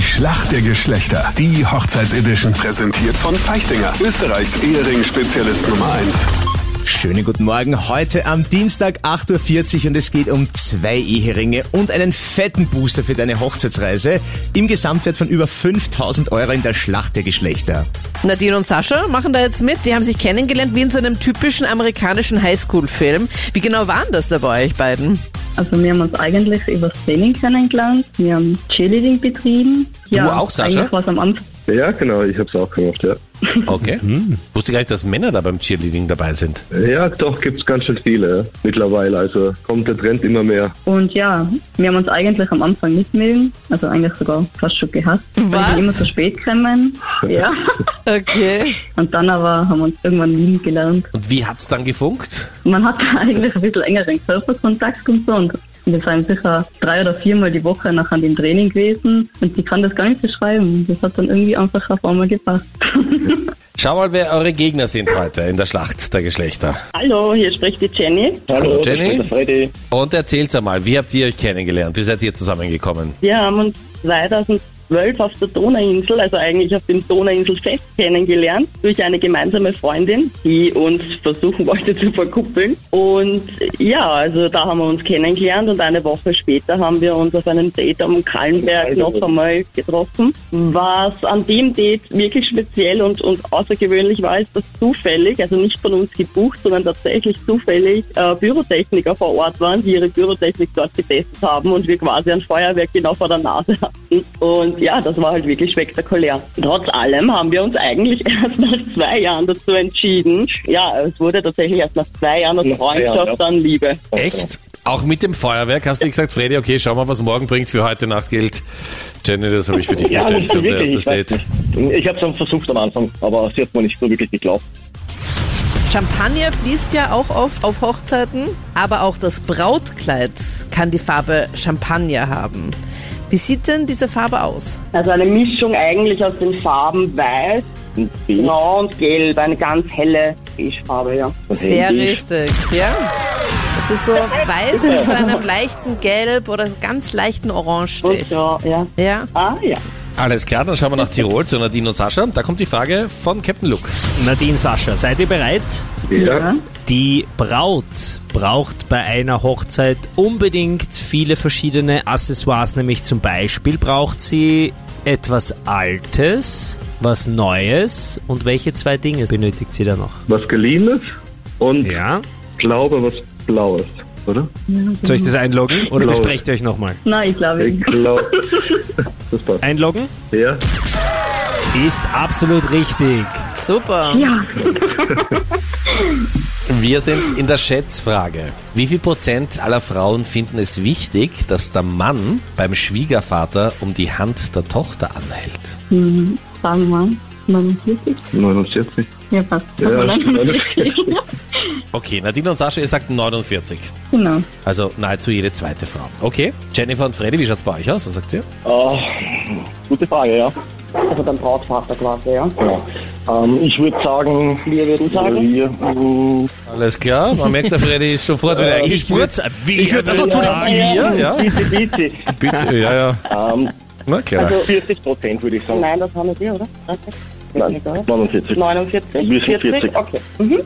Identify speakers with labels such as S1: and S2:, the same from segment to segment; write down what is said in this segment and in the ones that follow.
S1: Schlacht der Geschlechter. Die Hochzeitsedition präsentiert von Feichtinger, Österreichs Ehering-Spezialist Nummer 1.
S2: Schönen guten Morgen. Heute am Dienstag 8.40 Uhr und es geht um zwei Eheringe und einen fetten Booster für deine Hochzeitsreise im Gesamtwert von über 5000 Euro in der Schlacht der Geschlechter.
S3: Nadine und Sascha machen da jetzt mit. Die haben sich kennengelernt wie in so einem typischen amerikanischen Highschool-Film. Wie genau waren das da bei euch beiden?
S4: Also wir haben uns eigentlich über das Training kennengelernt. Wir haben Cheerleading betrieben.
S5: auch, Sascha?
S4: Eigentlich war es am Anfang.
S6: Ja, genau, ich hab's auch gemacht, ja.
S5: Okay. Wusste gar nicht, dass Männer da beim Cheerleading dabei sind.
S6: Ja, doch, gibt's ganz schön viele ja, mittlerweile. Also kommt der Trend immer mehr.
S4: Und ja, wir haben uns eigentlich am Anfang nicht mögen. Also eigentlich sogar fast schon gehasst. Weil
S3: Was?
S4: wir immer zu spät kommen. Ja.
S3: Okay.
S4: Und dann aber haben wir uns irgendwann lieben gelernt.
S5: Und wie hat's dann gefunkt?
S4: Man hat da eigentlich ein bisschen engeren Körperkontakt und so. Und wir sind sicher drei oder viermal die Woche nachher im Training gewesen. Und ich kann das gar nicht beschreiben. Das hat dann irgendwie einfach auf einmal gepasst.
S5: Schau mal, wer eure Gegner sind heute in der Schlacht der Geschlechter.
S4: Hallo, hier spricht die Jenny.
S5: Hallo,
S6: das
S5: Jenny.
S6: ist der Freddy.
S5: Und erzählt's einmal, wie habt ihr euch kennengelernt? Wie seid ihr zusammengekommen?
S4: Wir haben uns 2012 auf der Donauinsel, also eigentlich auf dem Donauinselfest kennengelernt, durch eine gemeinsame Freundin, die uns versuchen wollte zu verkuppeln. Und ja, also da haben wir uns kennengelernt und eine Woche später haben wir uns auf einem Date am Kallenberg noch einmal getroffen. Was an dem Date wirklich speziell und, und außergewöhnlich war, ist, dass zufällig, also nicht von uns gebucht, sondern tatsächlich zufällig äh, Bürotechniker vor Ort waren, die ihre Bürotechnik dort getestet haben und wir quasi ein Feuerwerk genau vor der Nase hatten. Und ja, das war halt wirklich spektakulär. Trotz allem haben wir uns eigentlich erst nach zwei Jahren dazu entschieden. Ja, es wurde tatsächlich erst nach zwei Jahren aus
S6: Nach zwei Jahren,
S4: Freundschaft
S6: ja.
S4: dann Liebe.
S7: genau.
S5: Echt? Auch mit dem Feuerwerk hast du gesagt, Freddy, okay, schau mal, was morgen bringt für heute Nacht gilt. Jenny, das habe ich für dich
S7: Ja,
S5: bestellt
S7: nicht
S5: für
S7: so
S5: unser
S7: wirklich.
S5: erstes
S7: Ich, weiß
S5: Date.
S7: nicht. ich habe es versucht am Anfang, aber sie hat mir nicht so wirklich geglaubt.
S3: Champagner fließt ja auch oft auf Hochzeiten, aber auch das Brautkleid kann die Farbe Champagner haben. Wie sieht denn diese Farbe aus?
S4: Also eine Mischung eigentlich aus den Farben Weiß, Grau und Gelb, eine ganz helle Beigefarbe, ja.
S3: Sehr richtig, ja. Es ist so weiß mit so einem leichten Gelb oder ganz leichten Orangestich.
S4: ja, ja.
S3: Ja.
S4: Ah, ja.
S5: Alles klar, dann schauen wir nach Tirol zu Nadine und Sascha. Da kommt die Frage von Captain Luke.
S8: Nadine Sascha, seid ihr bereit?
S6: Ja.
S8: Die Braut braucht bei einer Hochzeit unbedingt viele verschiedene Accessoires, nämlich zum Beispiel braucht sie etwas Altes, was Neues und welche zwei Dinge benötigt sie da noch?
S6: Was geliehenes und
S8: Ja.
S6: glaube was Blaues, oder?
S8: Soll ich das einloggen oder
S6: Blaues.
S8: besprecht ihr euch nochmal?
S4: Nein, ich glaube
S6: Ich glaube. das passt.
S8: Einloggen
S6: Ja.
S8: ist absolut richtig.
S3: Super.
S5: Wir sind in der Schätzfrage. Wie viel Prozent aller Frauen finden es wichtig, dass der Mann beim Schwiegervater um die Hand der Tochter anhält?
S4: Sagen wir mal, 49?
S6: 49.
S4: Ja, passt.
S6: Ja,
S4: Aber 49.
S5: Okay, Nadine und Sascha, ihr sagt 49.
S4: genau.
S5: Also nahezu jede zweite Frau. Okay, Jennifer und Freddy, wie schaut's bei euch aus? Was sagt ihr?
S7: Ah, gute Frage, ja.
S4: Also dann Brautvater quasi, ja.
S7: Ähm, ich würde sagen,
S4: Wir würden sagen,
S7: wir, mm,
S5: Alles klar, man merkt, der Freddy ist sofort wieder eingespurt.
S8: Ich würde
S5: das so tun. Ja, ja.
S7: bitte, bitte.
S5: Bitte, ja, ja.
S7: Ähm,
S5: Na klar.
S6: also-
S7: 40 Prozent würde ich sagen.
S4: nein, das haben wir, oder? Okay.
S7: Nein, 49.
S4: 49?
S7: Wir sind 40.
S4: Okay.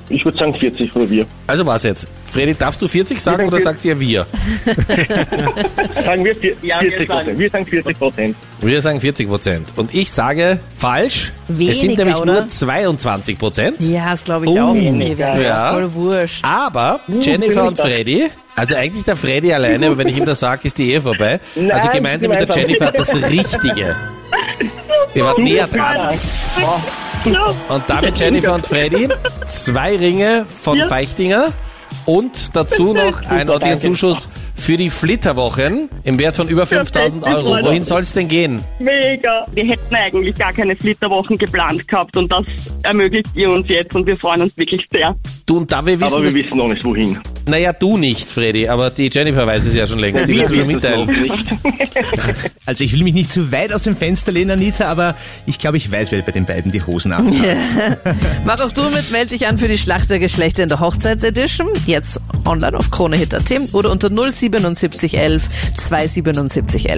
S7: Ich würde sagen 40 oder wir.
S5: Also was jetzt? Freddy, darfst du 40 sagen oder sagt ihr wir?
S7: Sagen wir vier- 40
S4: Ja, wir
S7: Prozent.
S4: sagen-
S7: Wir sagen 40 Prozent.
S5: Wir sagen 40 Prozent. Und ich sage falsch. es sind
S3: Weniger,
S5: nämlich
S3: oder?
S5: nur 22 Prozent.
S3: Ja, das glaube ich auch. Mir wäre es
S5: Ja.
S3: auch voll wurscht.
S5: Aber Jennifer und Freddy, also eigentlich der Freddy alleine, aber wenn ich ihm das sage, ist die Ehe vorbei. also gemeinsam mit der
S7: gemeinsam.
S5: Jennifer hat das Richtige. Ihr wart näher dran. Und damit Jennifer und Freddy zwei Ringe von Feichtinger und dazu noch ein ordentlicher Zuschuss für die Flitterwochen im Wert von über 5000 Euro. Wohin soll es denn gehen?
S4: Mega. Wir hätten eigentlich gar keine Flitterwochen geplant gehabt und das ermöglicht ihr uns jetzt und wir freuen uns wirklich sehr.
S5: Du und da wir wissen,
S7: Aber wir
S5: dass,
S7: wissen noch nicht, wohin.
S5: naja, du nicht, Freddy, aber die Jennifer weiß es ja schon längst. Die
S7: wir
S5: wird schon
S7: wissen es noch
S5: mitteilen.
S7: nicht.
S2: Also ich will mich nicht zu weit aus dem Fenster lehnen, Anita, aber ich glaube, ich weiß, wer bei den beiden die Hosen abnimmt.
S3: Mach auch du mit, melde dich an für die Schlacht der Geschlechter in der Hochzeitsedition. Jetzt online auf kronehit.at oder unter 07711 27711.